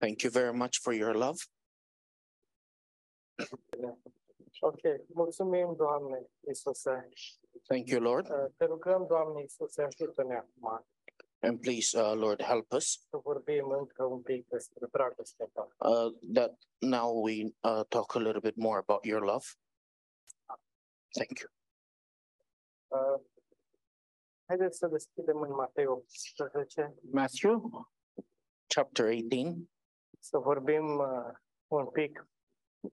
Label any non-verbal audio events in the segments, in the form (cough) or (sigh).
Thank you very much for your love. Ok, mulțumim, Doamne Iisuse. Thank you, Lord. Uh, Te rugăm, Doamne Iisuse, ajută-ne acum And please, uh, Lord, help us să vorbim încă un pic despre dragostea Ta. uh, that now we uh, talk a little bit more about your love. Thank you. Uh, Haideți să deschidem în Matei 18, Matthew chapter 18. să vorbim uh, un pic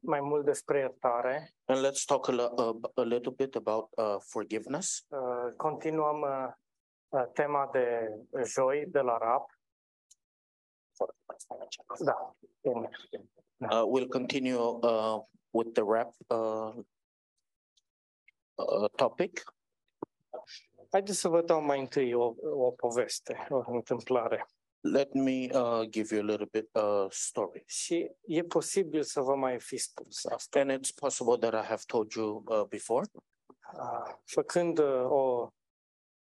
mai mult despre iertare. And let's talk a, lo- uh, a little bit about uh, forgiveness. Uh, Continuăm uh, uh, tema de joi de la RAP. Da, bine. Uh, we'll continue uh, with the wrap uh, uh, topic. Haideți să vă dau mai întâi o, o poveste, o întâmplare. Let me uh, give you a little bit uh, story. Și e posibil să vă mai fi spus asta. And it's possible that I have told you uh, before. Ah, Făcând uh, o,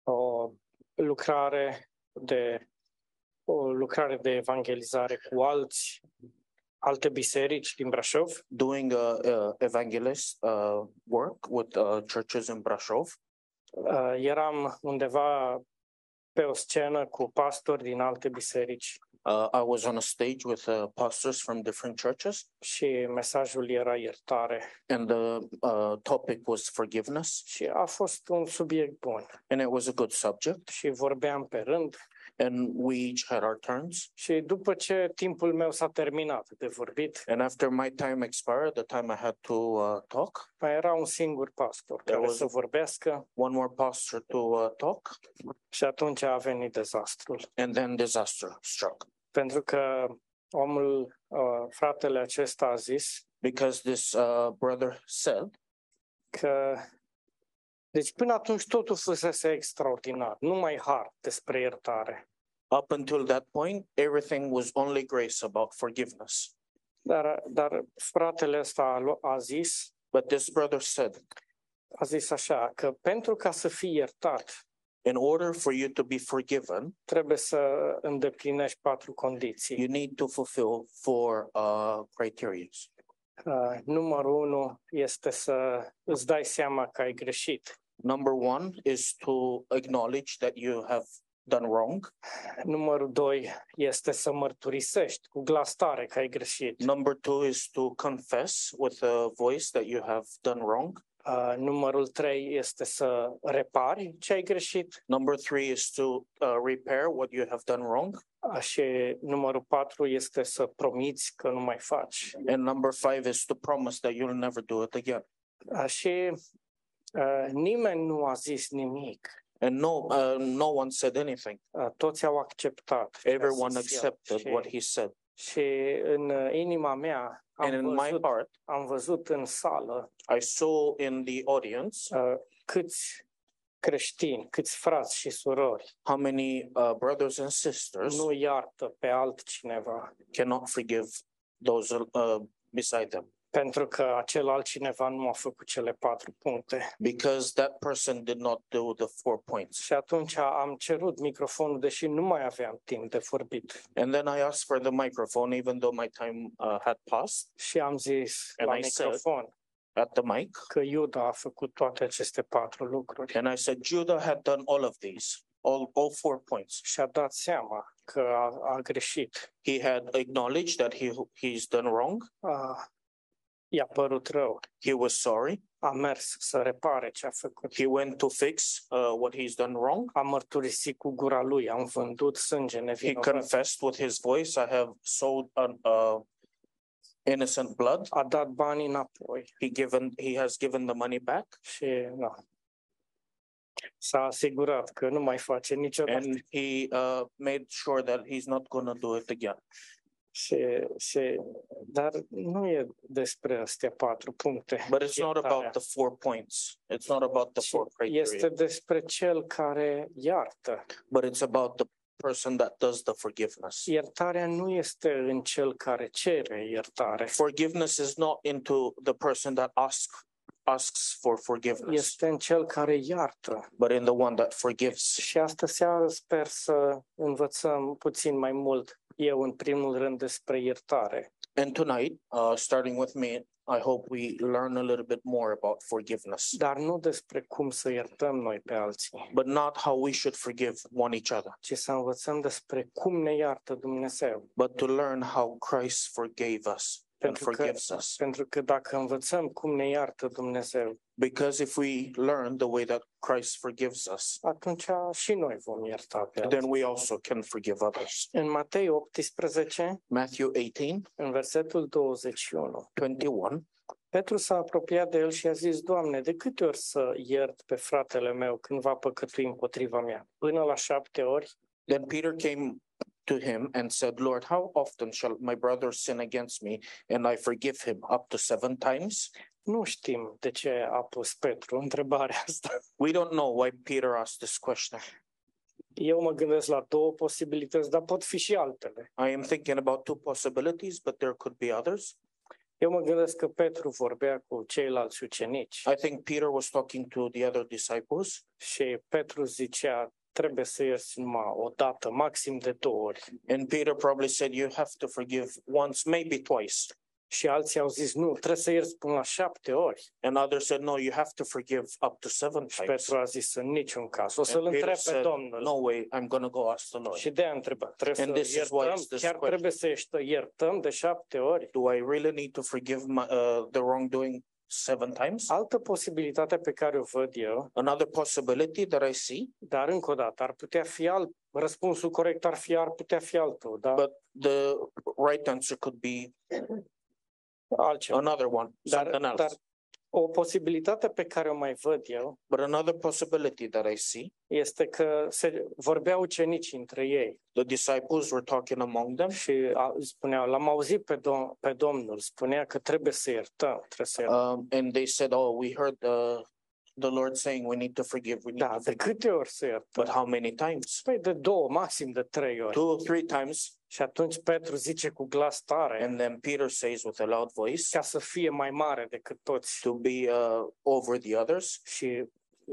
o lucrare de o lucrare de evangelizare cu alți alte biserici din Brașov, doing uh, uh, evangelist uh, work with uh, churches in Brasov. uh, eram undeva pe o scenă cu pastori din alte biserici Uh, I was on a stage with uh, pastors from different churches, și mesajul era iertare and the uh, topic was forgiveness, și a fost un subiect bun and it was a good subject. și vorbeam pe rând And we each had our turns. și după ce timpul meu s-a terminat de vorbit, And after my time expired, the time I had to uh, talk, mai Păi era un singur pastor care auzi. să vorbească one more pastor to uh, talk, Și atunci a venit dezastrul, and then disaster struck pentru că omul, uh, fratele acesta a zis because this uh, brother said. că deci până atunci totul fusese extraordinar, numai har despre iertare. Up until that point, everything was only grace about forgiveness. Dar, dar fratele ăsta a, lu- a zis, But this brother said, a zis așa, că pentru ca să fii iertat, in order for you to be forgiven, trebuie să îndeplinești patru condiții. you need to fulfill four uh, criteria. Uh, numărul unu este să îți dai seama că ai greșit. Number one is to acknowledge that you have done wrong. Numărul doi este să mărturisești cu glas tare că ai greșit. Number two is to confess with a voice that you have done wrong. Uh, numărul trei este să repari ce ai greșit Number three is to uh, repair what you have done wrong. uh, și numărul patru este să promiți că nu mai faci. And number five is to promise that you'll never do it again. Uh, și uh, nimeni nu a zis nimic. And no, uh, no one said anything. Uh, toți au acceptat. ce a Everyone zis el. accepted what și, he said. și în uh, inima mea am And in my văzut, heart, am văzut în sală I saw in the audience uh, câți creștini, câți frați și surori how many uh, brothers and sisters nu iartă pe altcineva cannot forgive those uh, beside them pentru că acel altcineva nu a făcut cele patru puncte. because that person did not do the four points. Și atunci am cerut microfonul, deși nu mai aveam timp de vorbit. And then I asked for the microphone, even though my time uh, had passed Și am zis And la I said- microfon at the mic. că Iuda a făcut toate aceste patru lucruri And I said, Judah had done all of these, all, all four points. și a dat seama că a, a greșit. He had acknowledged that he he's done wrong. A, i-a părut rău. He was sorry. A mers să repare ce a făcut. He went to fix uh, what he's done wrong. A mărturisit cu gura lui, am vândut sânge He nevinovat. confessed with his voice, I have sold an, uh, innocent blood. A dat banii înapoi he given he has given the money back și na. S-a asigurat că nu mai face niciodată. and he uh, made sure that he's not going to do it again Și, și, dar nu e despre astea patru puncte. but it's not iertarea, about the four points it's not about the ci four criteria Este despre cel care iartă. but it's about the person that does the forgiveness Iertarea nu este în cel care cere iertare, forgiveness is not into the person that asks asks for forgiveness, este în cel care iartă. but in the one that forgives. Și astă seară sper să învățăm puțin mai mult, eu în primul rând, despre iertare. And tonight, uh, starting with me, I hope we learn a little bit more about forgiveness, Dar nu despre cum să iertăm noi pe alții, but not how we should forgive one each other, ci să învățăm despre cum ne iartă Dumnezeu. but to learn how Christ forgave us and Pentru că- forgives us. Pentru că dacă învățăm cum ne iartă Dumnezeu, Because if we learn the way that Christ forgives us, atunci și noi vom ierta pe alții. then we also can forgive others. În Matei 18, Matthew 18, în versetul 21, 21. Petru s-a apropiat de el și a zis, Doamne, de câte ori să iert pe fratele meu când va păcătui împotriva mea? Până la șapte ori? Then Peter came to him and said, Lord, how often shall my brother sin against me and I forgive him? Up to seven times? Nu știm de ce a pus Petru întrebarea (laughs) asta. We don't know why Peter asked this question. Eu mă gândesc la două posibilități, dar pot fi și altele. I am thinking about two possibilities, but there could be others. Eu mă gândesc că Petru vorbea cu ceilalți ucenici I think Peter was talking to the other disciples, și Petru zicea, trebuie să ierți numai o dată, maxim de două ori. and Peter probably said, You have to forgive once, maybe twice. Și alții au zis, nu, trebuie să ierți până la șapte ori. And others said, No, you have to forgive up to seven Și times. Petru a zis, în niciun caz. O să-l And Peter întreb pe said, Domnul. No way, I'm going to go ask the Lord. Și de a întrebat, And trebuie this să is why iertăm, it's this chiar question. trebuie să iești- iertăm de șapte ori. Do I really need to forgive my, uh, the wrongdoing seven times? Altă posibilitate pe care o văd eu, Another possibility that I see, dar încă o dată, ar putea fi alt, răspunsul corect ar fi, ar putea fi altul, dar But the right answer could be altceva. another one, Dar, something dar else. o posibilitate pe care o mai văd eu But another possibility that I see, este că se vorbea ucenicii între ei the disciples were talking among them. și a, spuneau, l-am auzit pe, dom- pe Domnul, spunea că trebuie să iertăm, trebuie să iertăm. Um, and they said, oh, we heard the, the Lord saying we need to forgive, we need to Da, de forgive. câte ori să iertăm? But how many times? Păi de două, maxim de trei ori. Two or three times. Și atunci Petru zice cu glas tare, And then Peter says with a loud voice ca să fie mai mare decât toți. to be uh, over the others. Și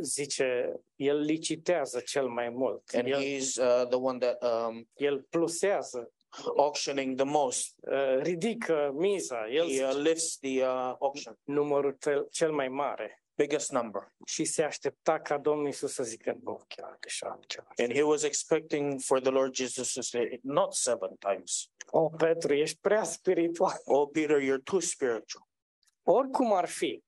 zice, el licitează cel mai mult. And El, he's uh, the one that um, el plusează, auctioning the most. uh, ridică miza, el He uh, zice lifts the uh, auction, numărul tel- cel mai mare. biggest number. Și se aștepta ca Domnul Isus să zică, nu, chiar de șapte ori. And he was expecting for the Lord Jesus to say, not seven times. O, Petru, ești prea spiritual. Oh, Peter, you're too spiritual. Oricum ar fi,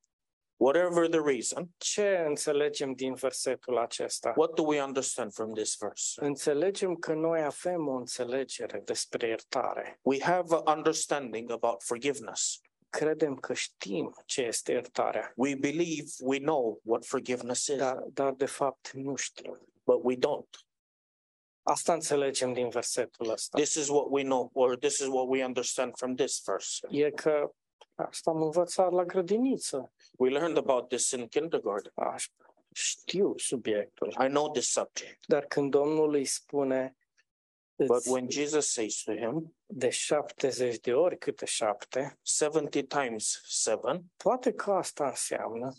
Whatever the reason, ce înțelegem din versetul acesta? what do we understand from this verse? Înțelegem că noi avem o înțelegere despre iertare. We have an understanding about forgiveness. credem că știm ce este iertarea, We believe we know what forgiveness is, dar, dar de fapt nu știm. but we don't. Asta înțelegem din versetul ăsta. This is what we know, or this is what we understand from this verse. E că asta am învățat la grădiniță. We learned about this in kindergarten. Aș, știu subiectul. I know this subject. Dar când Domnul îi spune But îți, when Jesus says to him, de 70 de ori câte șapte, 70 times seven, poate că asta înseamnă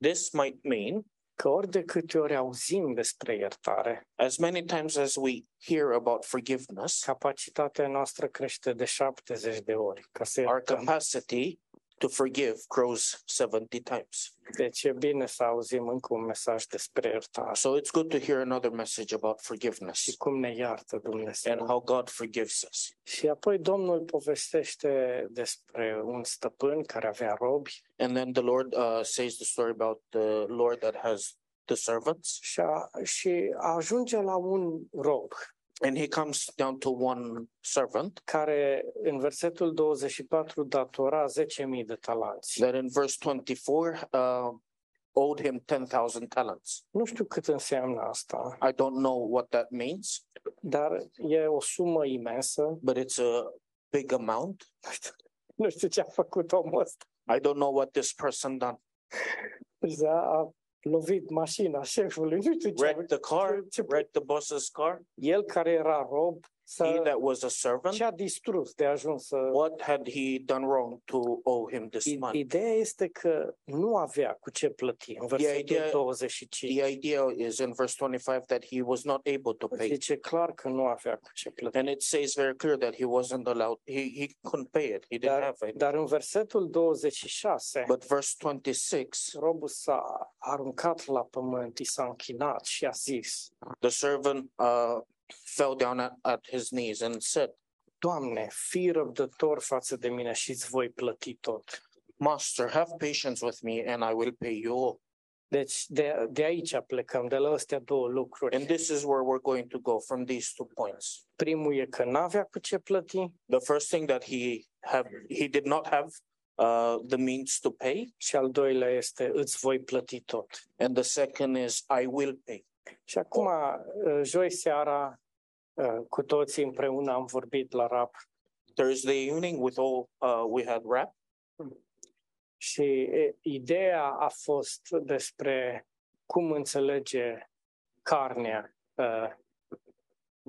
this might mean că ori de câte ori auzim despre iertare, as many times as we hear about forgiveness, capacitatea noastră crește de 70 de ori. Ca să our iertăm. capacity to forgive grows 70 times. Deci e bine să auzim încă un mesaj despre iertare So it's good to hear another message about și forgiveness cum ne iartă and Dumnezeu. how God forgives us. Și apoi Domnul povestește despre un stăpân care avea robi And then the Lord uh, says the story about the Lord that has the servants, și, a, și ajunge la un rob and he comes down to one servant care în versetul 24 datora 10.000 de talanți. that in verse 24 uh, owed him 10,000 talents. Nu știu cât înseamnă asta, I don't know what that means, dar e o sumă imensă. (laughs) but it's a big amount. Nu știu ce a făcut omul ăsta. I don't know what this person done. A, a lovit mașina șefului, nu știu ce a Wrecked the car, Ce- wrecked the boss's car. El care era rob He să that was a servant, ce a distrus de a ajuns să... what had he done wrong to owe him this I- money? Ideea este că nu avea cu ce plăti în versetul idea- 25. The idea is in verse 25 that he was not able to pay. Zice clar că nu avea cu ce plăti. And it says very clear that he wasn't allowed, he, he couldn't pay it. He didn't Dar, have it. dar în versetul 26, But verse 26, robul s-a aruncat la pământ, i s-a închinat și a zis, the servant uh, fell down at, at his knees and said, Doamne, fii răbdător față de mine și îți voi plăti tot. Master, have patience with me and I will pay you all. Deci de, de aici plecăm, de la astea două lucruri. And this is where we're going to go from these two points. Primul e că n-avea cu ce plăti The first thing that he have he did not have uh, the means to pay, și al doilea este îți voi plăti tot. and the second is I will pay. Și acum, uh, joi seara, uh, cu toții împreună am vorbit la rap Thursday evening with all uh, we had wrap, și e, ideea a fost despre cum înțelege carnea, uh,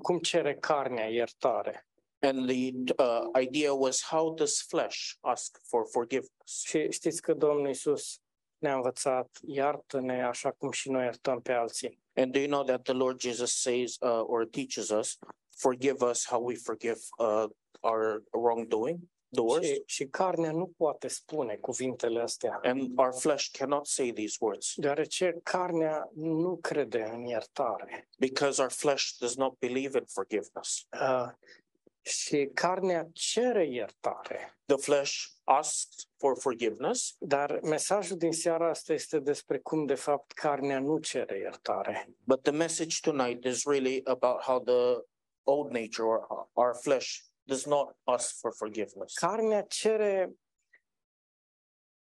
cum cere carnea iertare. and the uh, idea was how does flesh ask for forgiveness? Și știți că Domnul Isus ne-a învățat, iartă-ne așa cum și noi iertăm pe alții. And do you know that the Lord Jesus says uh, or teaches us, forgive us how we forgive uh, our wrongdoing, doers, Și, și carnea nu poate spune cuvintele astea, and our flesh cannot say these words deoarece carnea nu crede în iertare. because our flesh does not believe in forgiveness. Uh, și carnea cere iertare. the flesh asks for forgiveness, Dar mesajul din seara asta este despre cum, de fapt, carnea nu cere iertare. but the message tonight is really about how the old nature or our flesh does not ask for forgiveness. Carnea cere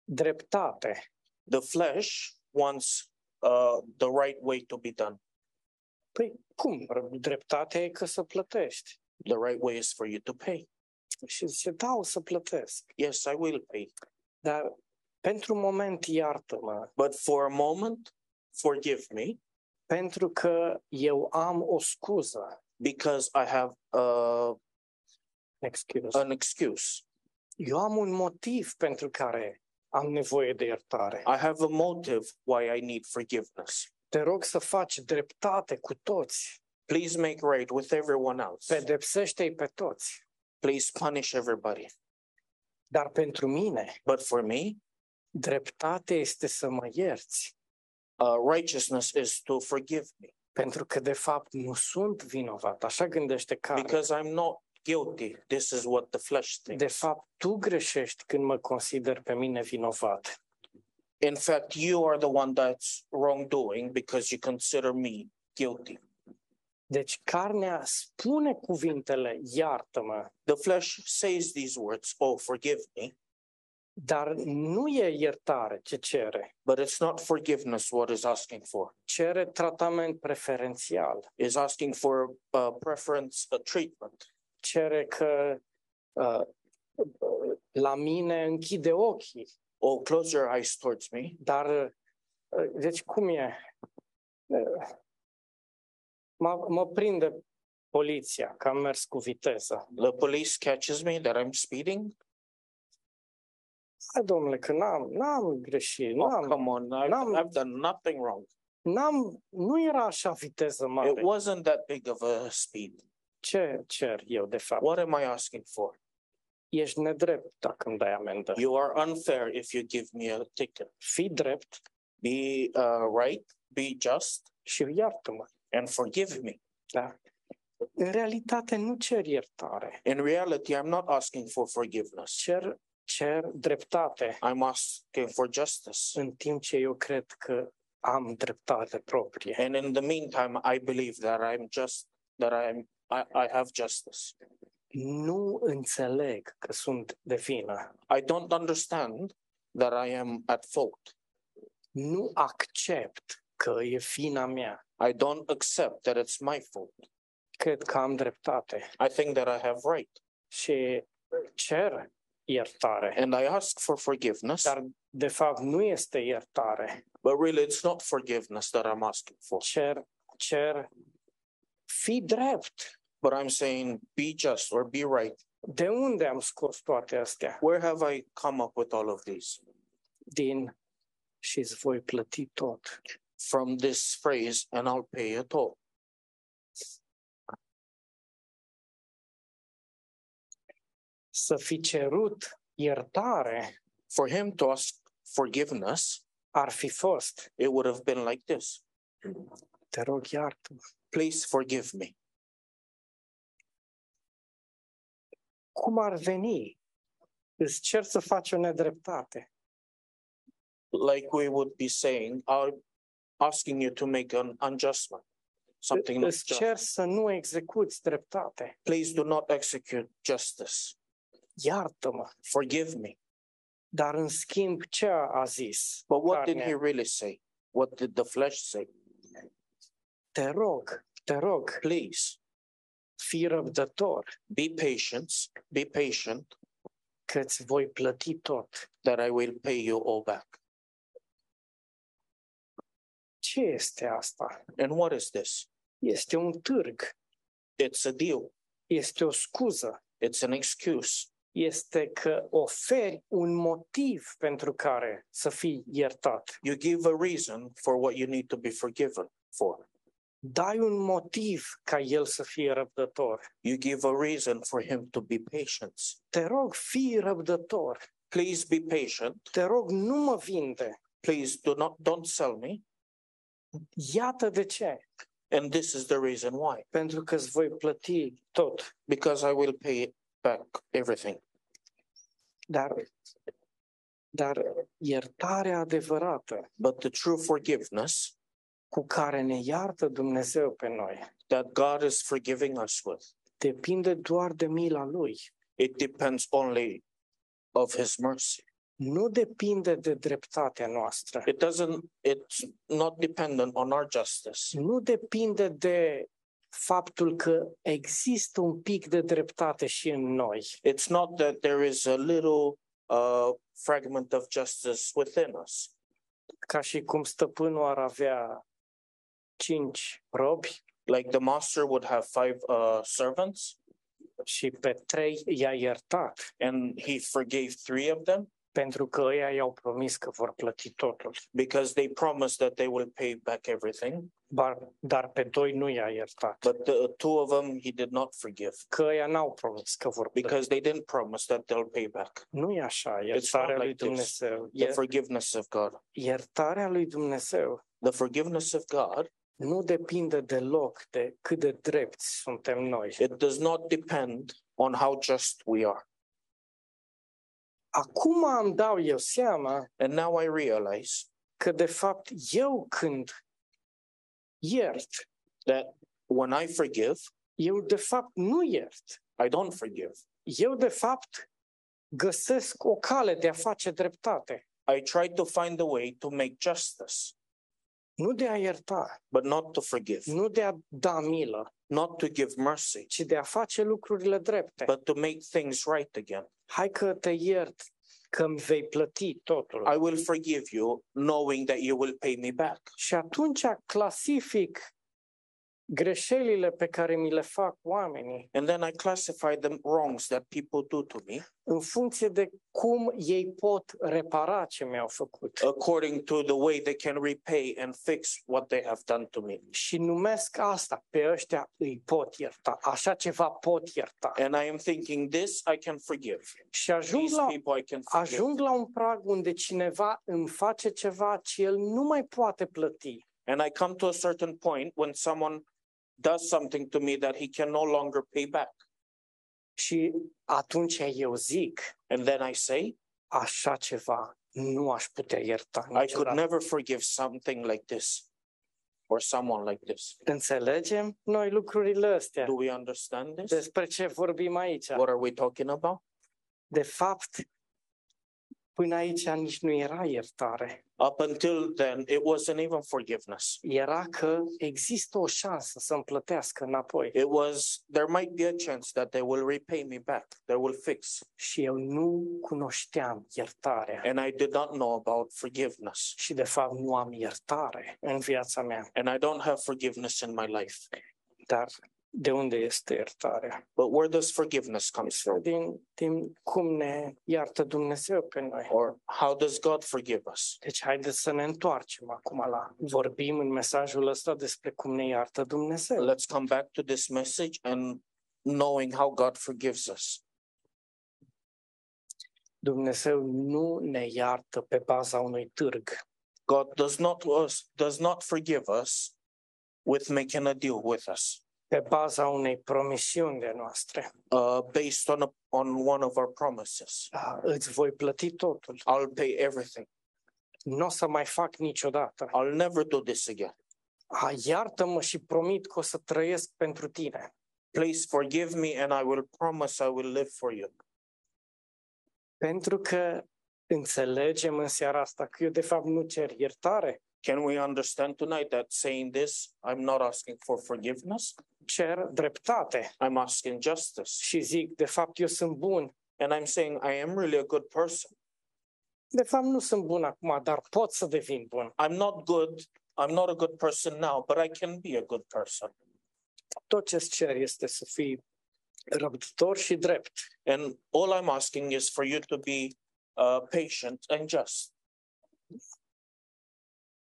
dreptate, The flesh wants uh, the right way to be done. Păi cum? Dreptatea e că să plătești. The right way is for you to pay. Și zice, da, o să plătesc. Yes, I will pay. Dar pentru moment iartă-mă, But for a moment, forgive me pentru că eu am o scuză. because I have uh, Excuse. an excuse. Eu am un motiv pentru care am nevoie de iertare. I have a motive why I need forgiveness. Te rog să faci dreptate cu toți. Please make right with everyone else. Pedepsește-i pe toți. Please punish everybody. Dar pentru mine, But for me, dreptate este să mă ierți, uh, righteousness is to forgive me pentru că de fapt nu sunt vinovat. Așa gândește care. because I'm not guilty. This is what the flesh thinks. De fapt, tu greșești când mă consider pe mine vinovat. In fact, you are the one that's wrongdoing because you consider me guilty. Deci carnea spune cuvintele, iartă-mă, The flesh says these words, Oh, forgive me, dar nu e iertare ce cere. but it's not forgiveness what is asking for. Cere tratament preferențial. Is asking for uh, preference uh, treatment. Cere că uh, la mine închide ochii. Oh, close your eyes towards me. Dar, uh, deci cum e? Uh, Mă, mă prinde poliția că am mers cu viteză. The police catches me that I'm speeding. Hai, domnule, că n-am, n-am greșit, Oh, n-am, come on, I've, Nam- I've done nothing wrong. n-am, nu era așa viteză It mare. wasn't that big of a speed. Ce cer eu, de fapt? What am I asking for? Ești nedrept dacă îmi dai amendă. You are unfair if you give me a ticket. Fii drept Be uh, right, be just, și iartă-mă. and forgive me. Da? În realitate nu cer iertare, In reality, I'm not asking for forgiveness. cer, cer dreptate, I'm asking for justice. în timp ce eu cred că am dreptate proprie. And in the meantime, I believe that I'm just, that I'm, I, I have justice. nu înțeleg că sunt de vină, I don't understand that I am at fault. nu accept că e vina mea, I don't accept that it's my fault. cred că am dreptate I think that I have right. și cer iertare. And I ask for forgiveness, Dar de fapt nu este iertare, but really it's not forgiveness that I'm asking for. cer, cer, fi drept, But I'm saying be just or be right. De unde am scos toate astea? Where have I come up with all of these? Din și îți voi plăti tot. From this phrase, and I'll pay it all. Să fi cerut iertare For him to ask forgiveness, ar fi fost. it would have been like this Te rog, iartă Please forgive me. Cum ar veni? Îți cer să faci o nedreptate. Like we would be saying, I'm asking you to make an unjustment, something not Îți just. cer să nu execuți dreptate. Please do not execute justice. Iartă-mă. Forgive me. Dar în schimb, ce a zis? But what did Carnea? he really say? What did the flesh say? Te rog, te rog, Please fii răbdător, be patient, be patient că îți voi plăti tot. that I will pay you all back. Ce este asta? And what is this? Este un târg, It's a deal. este o scuză, It's an excuse. este că oferi un motiv pentru care să fii iertat. You give a reason for what you need to be forgiven for. Dai un motiv ca el să fie răbdător. You give a reason for him to be patient. Te rog, fii răbdător. Please be patient. Te rog, nu mă vinde. Please do not don't sell me. Iată de ce. And this is the reason why. Pentru că îți voi plăti tot. Because I will pay back everything. Dar, dar iertarea adevărată But the true forgiveness cu care ne iartă Dumnezeu pe noi that God is forgiving us with, depinde doar de mila Lui. it depends only of his mercy. nu depinde de dreptatea noastră, It doesn't it's not dependent on our justice. Deci nu depinde de faptul că există un pic de dreptate și în noi. It's not that there is a little uh, fragment of justice within us. Ca și cum stăpânul ar avea cinci robi Like the master would have five uh, servants și pe trei i-a iertat, and he forgave three of them pentru că ăia i-au promis că vor plăti totul, because they promised that they will pay back everything. dar, dar pe doi nu i-a iertat, But the two of them he did not forgive că ăia n-au promis că vor plăti. because they didn't promise that they'll pay back. Nu e așa, iertarea lui like this. Dumnezeu. The Ier- forgiveness of God. Iertarea lui Dumnezeu The forgiveness of God nu depinde deloc de cât de drepți suntem noi. It does not depend on how just we are. Acum îmi dau eu seama And now I realize că, de fapt, eu când iert, that when I forgive, eu, de fapt, nu iert. I don't forgive. Eu, de fapt, găsesc o cale de a face dreptate, I try to find a way to make justice, nu de a ierta, but not to forgive, nu de a da milă, not to give mercy, ci de a face lucrurile drepte. but to make things right again. Hai că te iert, că îmi vei plăti totul. I will forgive you knowing that you will pay me back. Și atunci clasific greșelile pe care mi le fac oamenii And then I classify the wrongs that people do to me în funcție de cum ei pot repara ce mi-au făcut. according to the way they can repay and fix what they have done to me. Și numesc asta, pe ăștia îi pot ierta, așa ceva pot ierta. And I am thinking this I can forgive. Și ajung These la, people I can forgive. ajung la un prag unde cineva îmi face ceva ce el nu mai poate plăti. And I come to a certain point when someone does something to me that he can no longer pay back. Și atunci eu zic, And then I say, așa ceva nu aș putea ierta I could niciodată. never forgive something like this or someone like this. Înțelegem noi lucrurile astea? Do we understand this? Despre ce vorbim aici? What are we talking about? De fapt, până aici nici nu era iertare. Up until then, it wasn't even forgiveness. Era că există o șansă să-mi plătească înapoi It was, there might be a chance that they will repay me back, they will fix. și eu nu cunoșteam iertarea And I did not know about forgiveness. și de fapt nu am iertare în viața mea, And I don't have forgiveness in my life. dar de unde este iertarea? But where does forgiveness come from? Din, din cum ne iartă Dumnezeu pe noi. Or how does God forgive us? Deci haideți să ne întoarcem acum la vorbim în mesajul ăsta despre cum ne iartă Dumnezeu. Let's come back to this message and knowing how God forgives us. Dumnezeu nu ne iartă pe baza unui târg. God does not us does not forgive us with making a deal with us pe baza unei promisiuni de noastre. uh, based on a, on one of our promises. Da, Îți voi plăti totul. I'll pay everything. Nu o să mai fac niciodată. I'll never do this again. A, iartă-mă și promit că o să trăiesc pentru tine. Please forgive me, and I will promise I will live for you. Pentru că înțelegem în seara asta că eu de fapt nu cer iertare, Can we understand tonight that saying this, I'm not asking for forgiveness, cer dreptate. I'm asking justice. Și zic, de fapt eu sunt bun. And I'm saying I am really a good person. De fapt nu sunt bun acum, dar pot să devin bun. I'm not good. I'm not a good person now, but I can be a good person. Tot ce-ți cer este să fii răbdător și drept. And all I'm asking is for you to be uh, patient and just.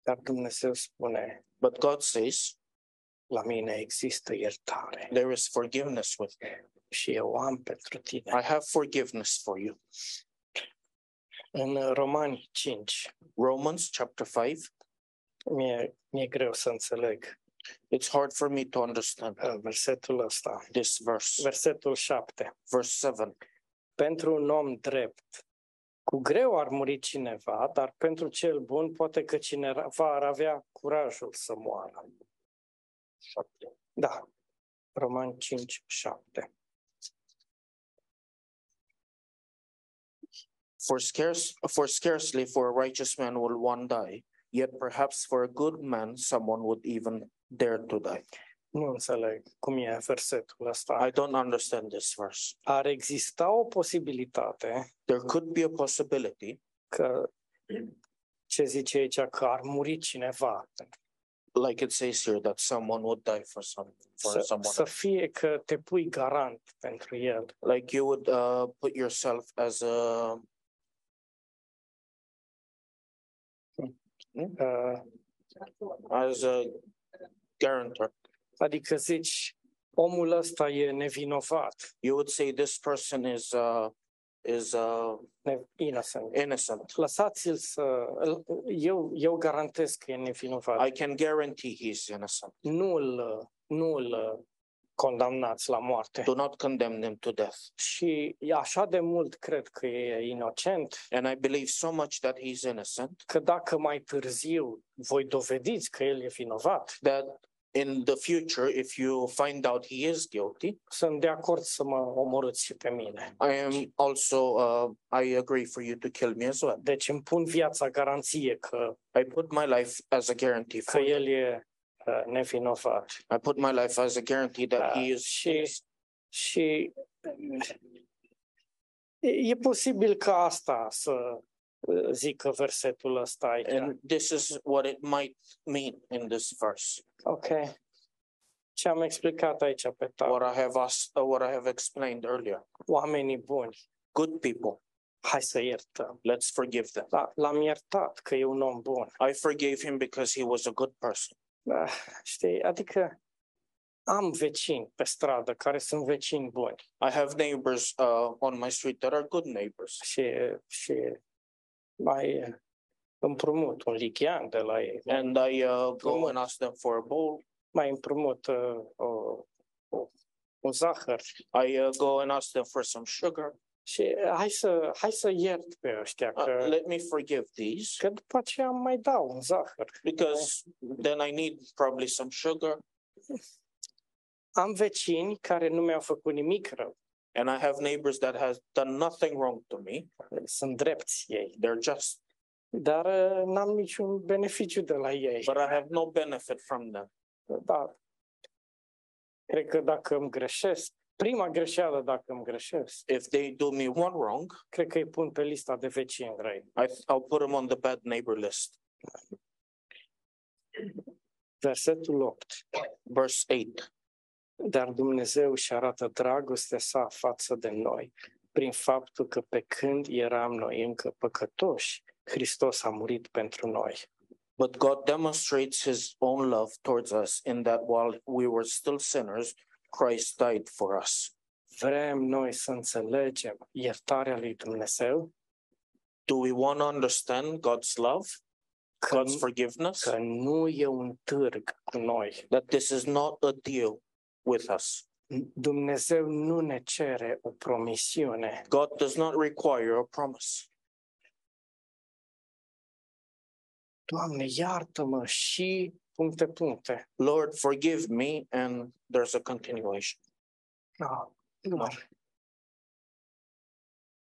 Dar Dumnezeu spune, But God says la mine există iertare. there is forgiveness with me. și eu am pentru tine. I have forgiveness for you. În Romani 5, Romans chapter 5. mi-e, mi-e greu să înțeleg It's hard for me to understand uh, versetul ăsta. this verse. Versetul 7. Verse 7. Pentru un om drept, cu greu ar muri cineva, dar pentru cel bun poate că cineva ar avea curajul să moară. 7. Da. Roman 5, 7. For scarce for scarcely for a righteous man will one die, yet perhaps for a good man someone would even dare to die. Nu înțeleg cum e versetul ăsta. I don't understand this verse. Ar exista o posibilitate There could be a possibility că ce zice aici, că ar muri cineva. like it says here that someone would die for some for Să, someone să fie că te pui garant pentru el. like you would uh put yourself as a Uh, as a guarantor Adică zici, omul ăsta e nevinovat, you would say this person is uh is uh ne- innocent. innocent Lăsați-l să... îl- Eu, eu garantez că e nevinovat. i can guarantee he's innocent Nu îl, nu îl condamnați la moarte. do not condemn him to death Și e așa de mult cred că e inocent, and i believe so much that he's innocent că dacă mai târziu voi dovediți că el e vinovat, that in the future if you find out he is guilty sunt de acord să mă omorâți și pe mine. i am also uh i agree for you to kill me as well Deci îmi pun viața garanție că, i put my life as a guarantee că for you el e uh, nevinovat. I put my life as a guarantee that he Uh, is she- innocent. Și e e posibil că asta să uh, zică versetul ăsta aici. And this is what it might mean in this verse. Ok. Ce am explicat aici pe tab? What I have asked, uh, what I have explained earlier. Oamenii buni, Good people, hai să iertăm. let's forgive them. Da, l-am iertat că e un om bun. I forgave him because he was a good person. Da, știi, adică am vecini pe stradă care sunt vecini buni. I have neighbors uh, on my street that are good neighbors. și, și mai împrumut un lichian de la ei, And I uh, go and ask them for a bowl. mai împrumut uh, o, o, un zahăr I uh, go and ask them for some sugar. și hai să, hai să iert pe ăștia, Uh, că, let me forgive these că după aceea îmi mai dau un zahăr. because then I need probably some sugar. Am vecini care nu mi-au făcut nimic rău, And I have neighbors that has done nothing wrong to me. sunt drepți ei, They're just dar uh, n-am niciun beneficiu de la ei. but I have no benefit from them. Da. Cred că dacă îmi greșesc, prima greșeală dacă îmi greșesc, If they do me one wrong, cred că îi pun pe lista de vecini răi. I, I'll put them on the bad neighbor list. Versetul 8. Verse 8 Dar Dumnezeu își arată dragostea sa față de noi prin faptul că pe când eram noi încă păcătoși, Hristos a murit pentru noi. But God demonstrates his own love towards us in that while we were still sinners, Christ died for us. Vrem noi să înțelegem iertarea lui Dumnezeu, Do we want to understand God's love, că, God's forgiveness? că nu e un târg cu noi. That this is not a deal with us. Dumnezeu nu ne cere o promisiune, God does not require a promise. Doamne, iartă-mă și puncte, puncte. Lord, forgive me, and there's a continuation. Da, doar.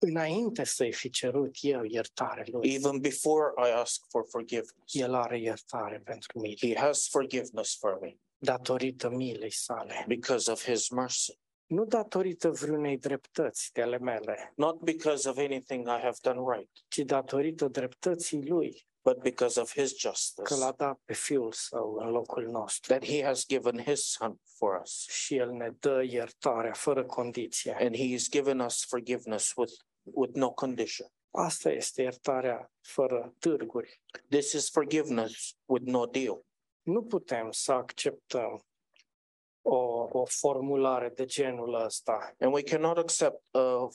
Înainte să-i fi cerut eu iertare lui, Even before I ask for forgiveness, el are iertare pentru mine, He has forgiveness for me datorită milei sale. because of His mercy, Nu datorită vreunei dreptăți de ale mele, not because of anything I have done right, ci datorită dreptății lui, but because of His că justice l-a dat pe fiul său în locul nostru. that He has given His Son for us. Și el ne dă iertarea fără condiție. And He's given us forgiveness with, with no condition. Asta este iertarea fără târguri. This is forgiveness with no deal. nu putem să acceptăm o, o formulare de genul ăsta, And we cannot accept a,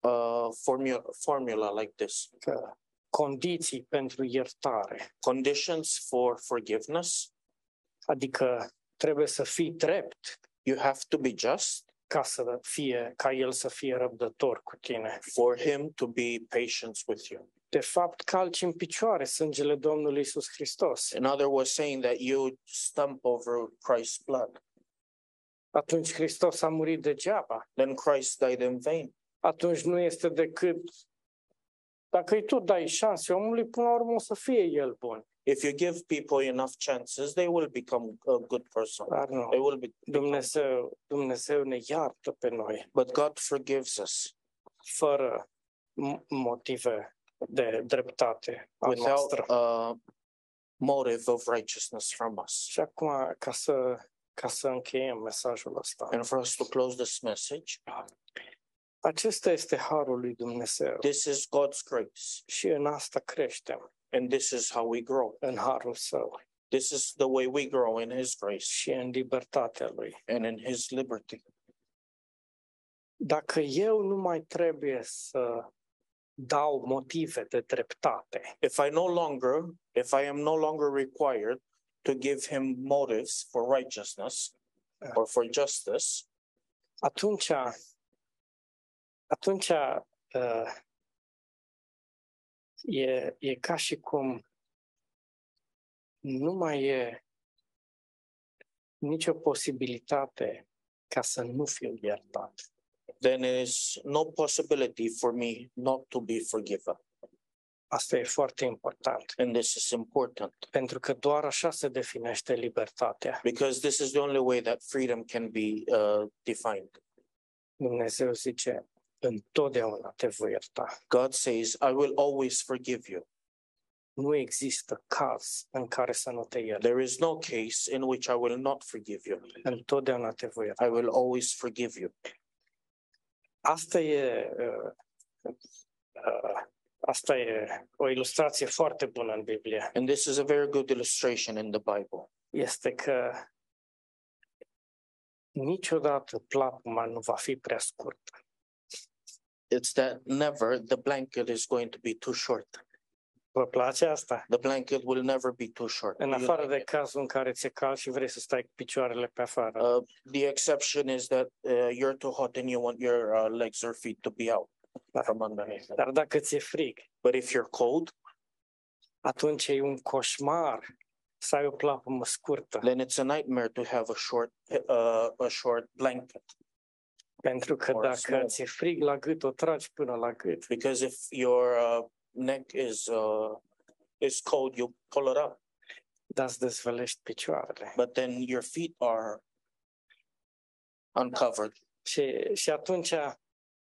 a formula, formula like this că condiții pentru iertare, conditions for forgiveness. adică trebuie să fii drept You have to be just ca să fie ca el să fie răbdător cu tine. for Him to be patient with you. De fapt, calci în picioare sângele Domnului Isus Hristos In other words, saying that you stump over Christ's blood, atunci Hristos a murit degeaba. then Christ died in vain. Atunci nu este decât dacă îi tu dai șanse omului, până la urmă o să fie el bun. If you give people enough chances, they will become a good person. Dar nu. They will be. Dumnezeu, Dumnezeu ne iartă pe noi But God forgives us fără m- motive de dreptate a without noastră. a motive of righteousness from us. Și acum, ca să, ca să încheiem mesajul ăsta, And for us to close this message, acesta este harul lui Dumnezeu this is God's grace. și în asta creștem, And this is how we grow. în harul său This is the way we grow in His grace și în libertatea lui. and in His liberty. Dacă eu nu mai trebuie să dau motive de dreptate, If I no longer, if I am no longer required to give Him motives for righteousness or for justice, atunci, atunci uh, e, e ca și cum nu mai e nicio posibilitate ca să nu fiu iertat. then there is no possibility for me not to be forgiven. Asta e foarte important, And this is important pentru că doar așa se definește libertatea. because this is the only way that freedom can be uh, defined. Dumnezeu zice, întotdeauna te voi ierta. God says, I will always forgive you. Nu există caz în care să nu te iert. There is no case in which I will not forgive you. Întotdeauna te voi ierta. I will always forgive you. Asta e, uh, uh, asta e o ilustrație foarte bună în Biblie. And this is a very good illustration in the Bible Este că niciodată platuma nu va fi prea scurtă. it's that never the blanket is going to be too short. Vă place asta? The blanket will never be too short. În afară de cazul în care ți-e cald și vrei să stai cu picioarele pe afară. Uh, the exception is that uh, you're too hot and you want your uh, legs or feet to be out from underneath. Dar dacă ți-e frig, But if you're cold, atunci e un coșmar să ai o plapumă scurtă. then it's a nightmare to have a short uh, a short blanket Pentru că Or dacă snow. ți-e frig la gât, o tragi până la gât. because if your uh, neck is uh, is cold, you pull it up, Dar îți dezvălești picioarele. but then your feet are uncovered. Și, și atunci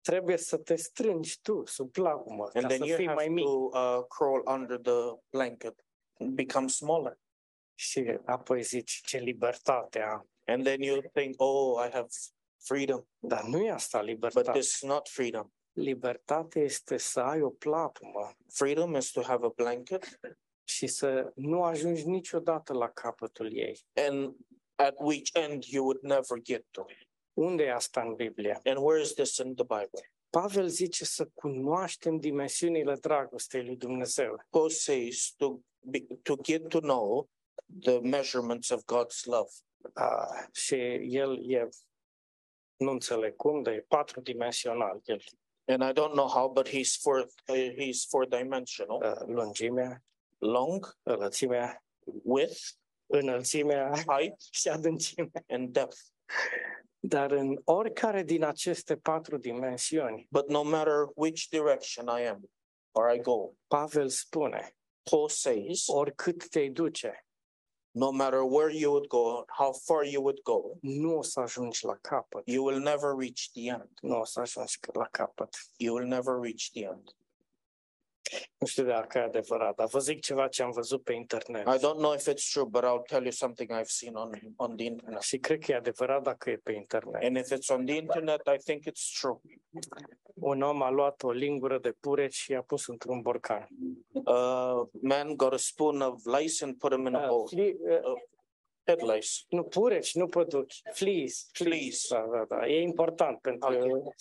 trebuie să te strângi tu sub plapumă And ca then să you fii have mai mic to uh, crawl under the blanket and become smaller. și apoi zici ce libertate am. And then you think, oh, I have freedom. Dar nu e asta But libertate. this is not freedom. Libertatea este să ai o platmă Freedom is to have a blanket și să nu ajungi niciodată la capătul ei. and at which end you would never get to. Unde e asta în Biblie? And where is this in the Bible? Pavel zice să cunoaștem dimensiunile dragostei lui Dumnezeu. Paul says to be, to get to know the measurements of God's love. Uh, și el e, nu înțeleg cum, dar e patru-dimensional. El, And I don't know how, but he's four uh, he's four dimensional, uh, lungimea, long, înălțimea, width, înălțimea (laughs) height, și adâncimea. and depth. Dar în oricare din aceste patru dimensiuni, But no matter which direction I am or I go, Pavel spune, Paul says, oricât te duce, no matter where you would go, how far you would go, nu o să ajungi la capăt. you will never reach the end. Nu o să ajungi la capăt. You will never reach the end. Nu știu dacă e adevărat, dar vă zic ceva ce am văzut pe internet. I don't know if it's true, but I'll tell you something I've seen on on the internet. Și cred că e adevărat dacă e pe internet. And if it's on the internet, I think it's true. Un om a luat o lingură de pure și i-a pus într-un borcan. Uh, man got a spoon of lice and put him in a Uh, bowl. fli- uh, Head lice. nu pureci, nu păduci, fleas. Fleas. Da, da, da. E important pentru Ok.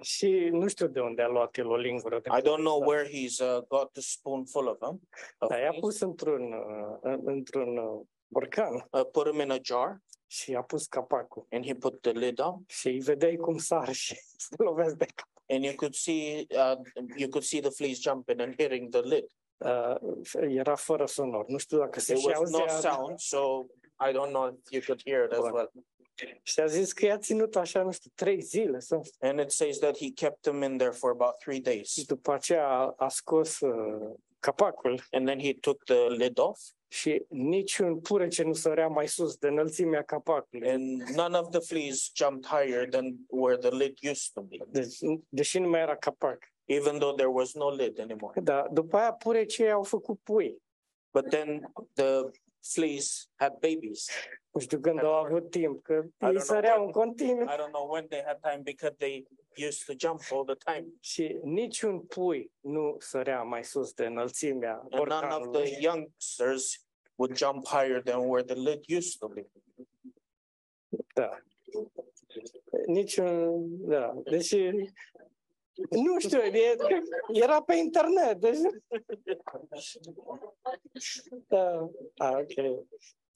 Și nu știu de unde a luat el o lingură de I don't know pure, where he's uh, got the spoonful of Uh, them. of Dar i-a fleas. pus într-un, uh, într-un uh, borcan Uh, put him in a jar și i-a pus capacul. and he put the lid down. Și îi vedeai cum sar și (laughs) se lovesc de cap. and you could see uh, you could see the fleas jumping and hitting the lid. Uh, era fără sonor. Nu știu dacă se There și was no auzea. sound, so I don't know if you could hear it as Bun. well. Și a zis că i-a ținut așa, nu știu, trei zile. Sau... And it says that he kept them in there for about three Și days, după aceea a, a scos uh, capacul and then he took the lid off, și niciun purece nu sărea mai sus de înălțimea capacului. and none of the fleas jumped higher than where the lid used to be, Deci, deși nu mai era capac. even though there was no lid anymore. Dar după aia purecii au făcut pui. But then the fleas had babies. Nu știu când au avut timp, că know ei săreau when. în continuu. I don't know when they had time because they used to jump all the time. Și niciun pui nu sărea mai sus de înălțimea And none of the borcanului. youngsters would jump higher than where the lid used to be. Da. Niciun, da. Deci, nu știu, e, era pe internet. Deci, da. A, ok.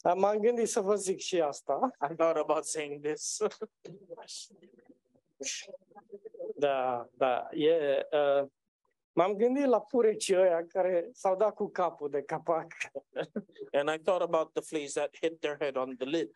Dar M-am gândit să vă zic și asta. I thought about saying this. (laughs) Da, da. E, uh, m-am gândit la purecii ăia care s-au dat cu capul de capac And I thought about the fleas that hit their head on the lid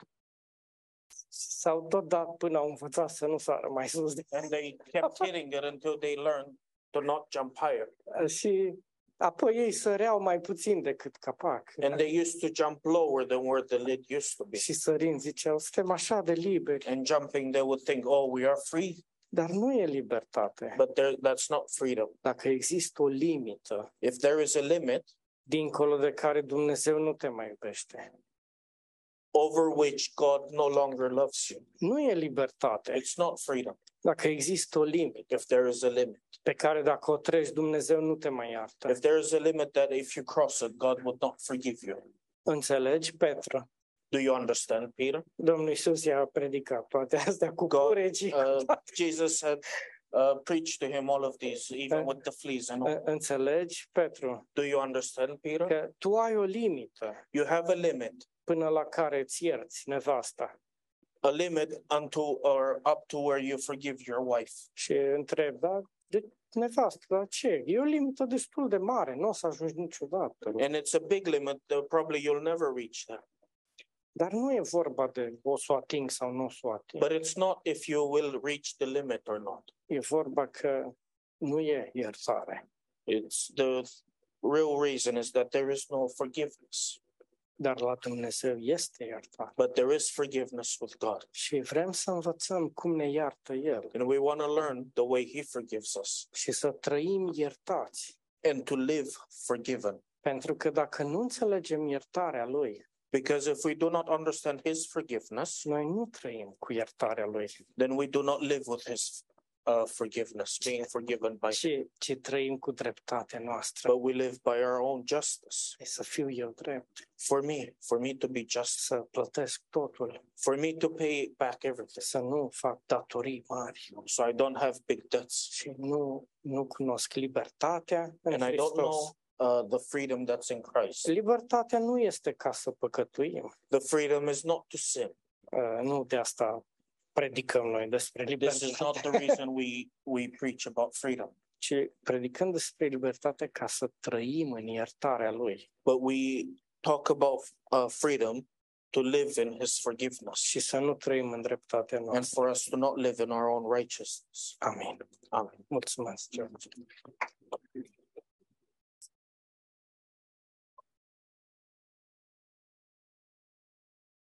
s-au tot dat până au învățat să nu sară mai sus. De... and they kept hitting it until they learned to not jump higher. Și apoi ei săreau mai puțin decât capac. And they used to jump lower than where the lid used to be. Și sărind ziceau, suntem așa de liberi. And jumping, they would think, oh, we are free, Dar nu e libertate. but there, that's not freedom. Dacă există o limită If there is a limit dincolo de care Dumnezeu nu te mai iubește, over which God no longer loves you, nu e libertate. it's not freedom. Dacă există o limită If there is a limit, pe care dacă o treci, Dumnezeu nu te mai iartă. if there is a limit that if you cross it, God would not forgive you. Înțelegi, Petru? Do you understand, Peter? Domnul Iisus i-a predicat toate astea cu God, curegii. uh, (laughs) Jesus had uh, preached to him all of these, even with the fleas and all. Înțelegi, Petru, Do you understand, Peter? că tu ai o limită You have a limit, până la care îți ierți nevasta. a limit unto or up to where you forgive your wife. Și întreb, da, de nevastă, dar ce? E o limită destul de mare, nu o să ajungi niciodată. And it's a big limit, uh, probably you'll never reach that. Dar nu e vorba de o să o ating sau nu o să o ating. But it's not if you will reach the limit or not. E vorba că nu e iertare. It's the real reason is that there is no forgiveness, Dar la Dumnezeu este iertare. but there is forgiveness with God. Și vrem să învățăm cum ne iartă El And we want to learn the way He forgives us și să trăim iertați. and to live forgiven. Pentru că dacă nu înțelegem iertarea Lui, Because if we do not understand his forgiveness, Noi nu trăim cu iertarea lui, then we do not live with his uh, forgiveness, being forgiven by him, ci, ci trăim cu dreptatea noastră. but we live by our own justice. Hai Să fiu eu drept, For me, for me to be just, să plătesc totul, for me to pay back everything. să nu fac datorii mari So I don't have big debts. și nu, nu cunosc libertatea în And I don't know Hristos. uh, the freedom that's in Christ. Libertatea nu este ca să păcătuim. The freedom is not to sin. Uh, nu de asta predicăm noi despre This is libertate, not the reason we, we preach about freedom. (laughs) ci predicăm despre libertate ca să trăim în iertarea Lui but we talk about uh, freedom to live in his forgiveness și să nu trăim în dreptatea and noastră. for us to not live in our own righteousness. Amin. Amen. Mulțumesc, George.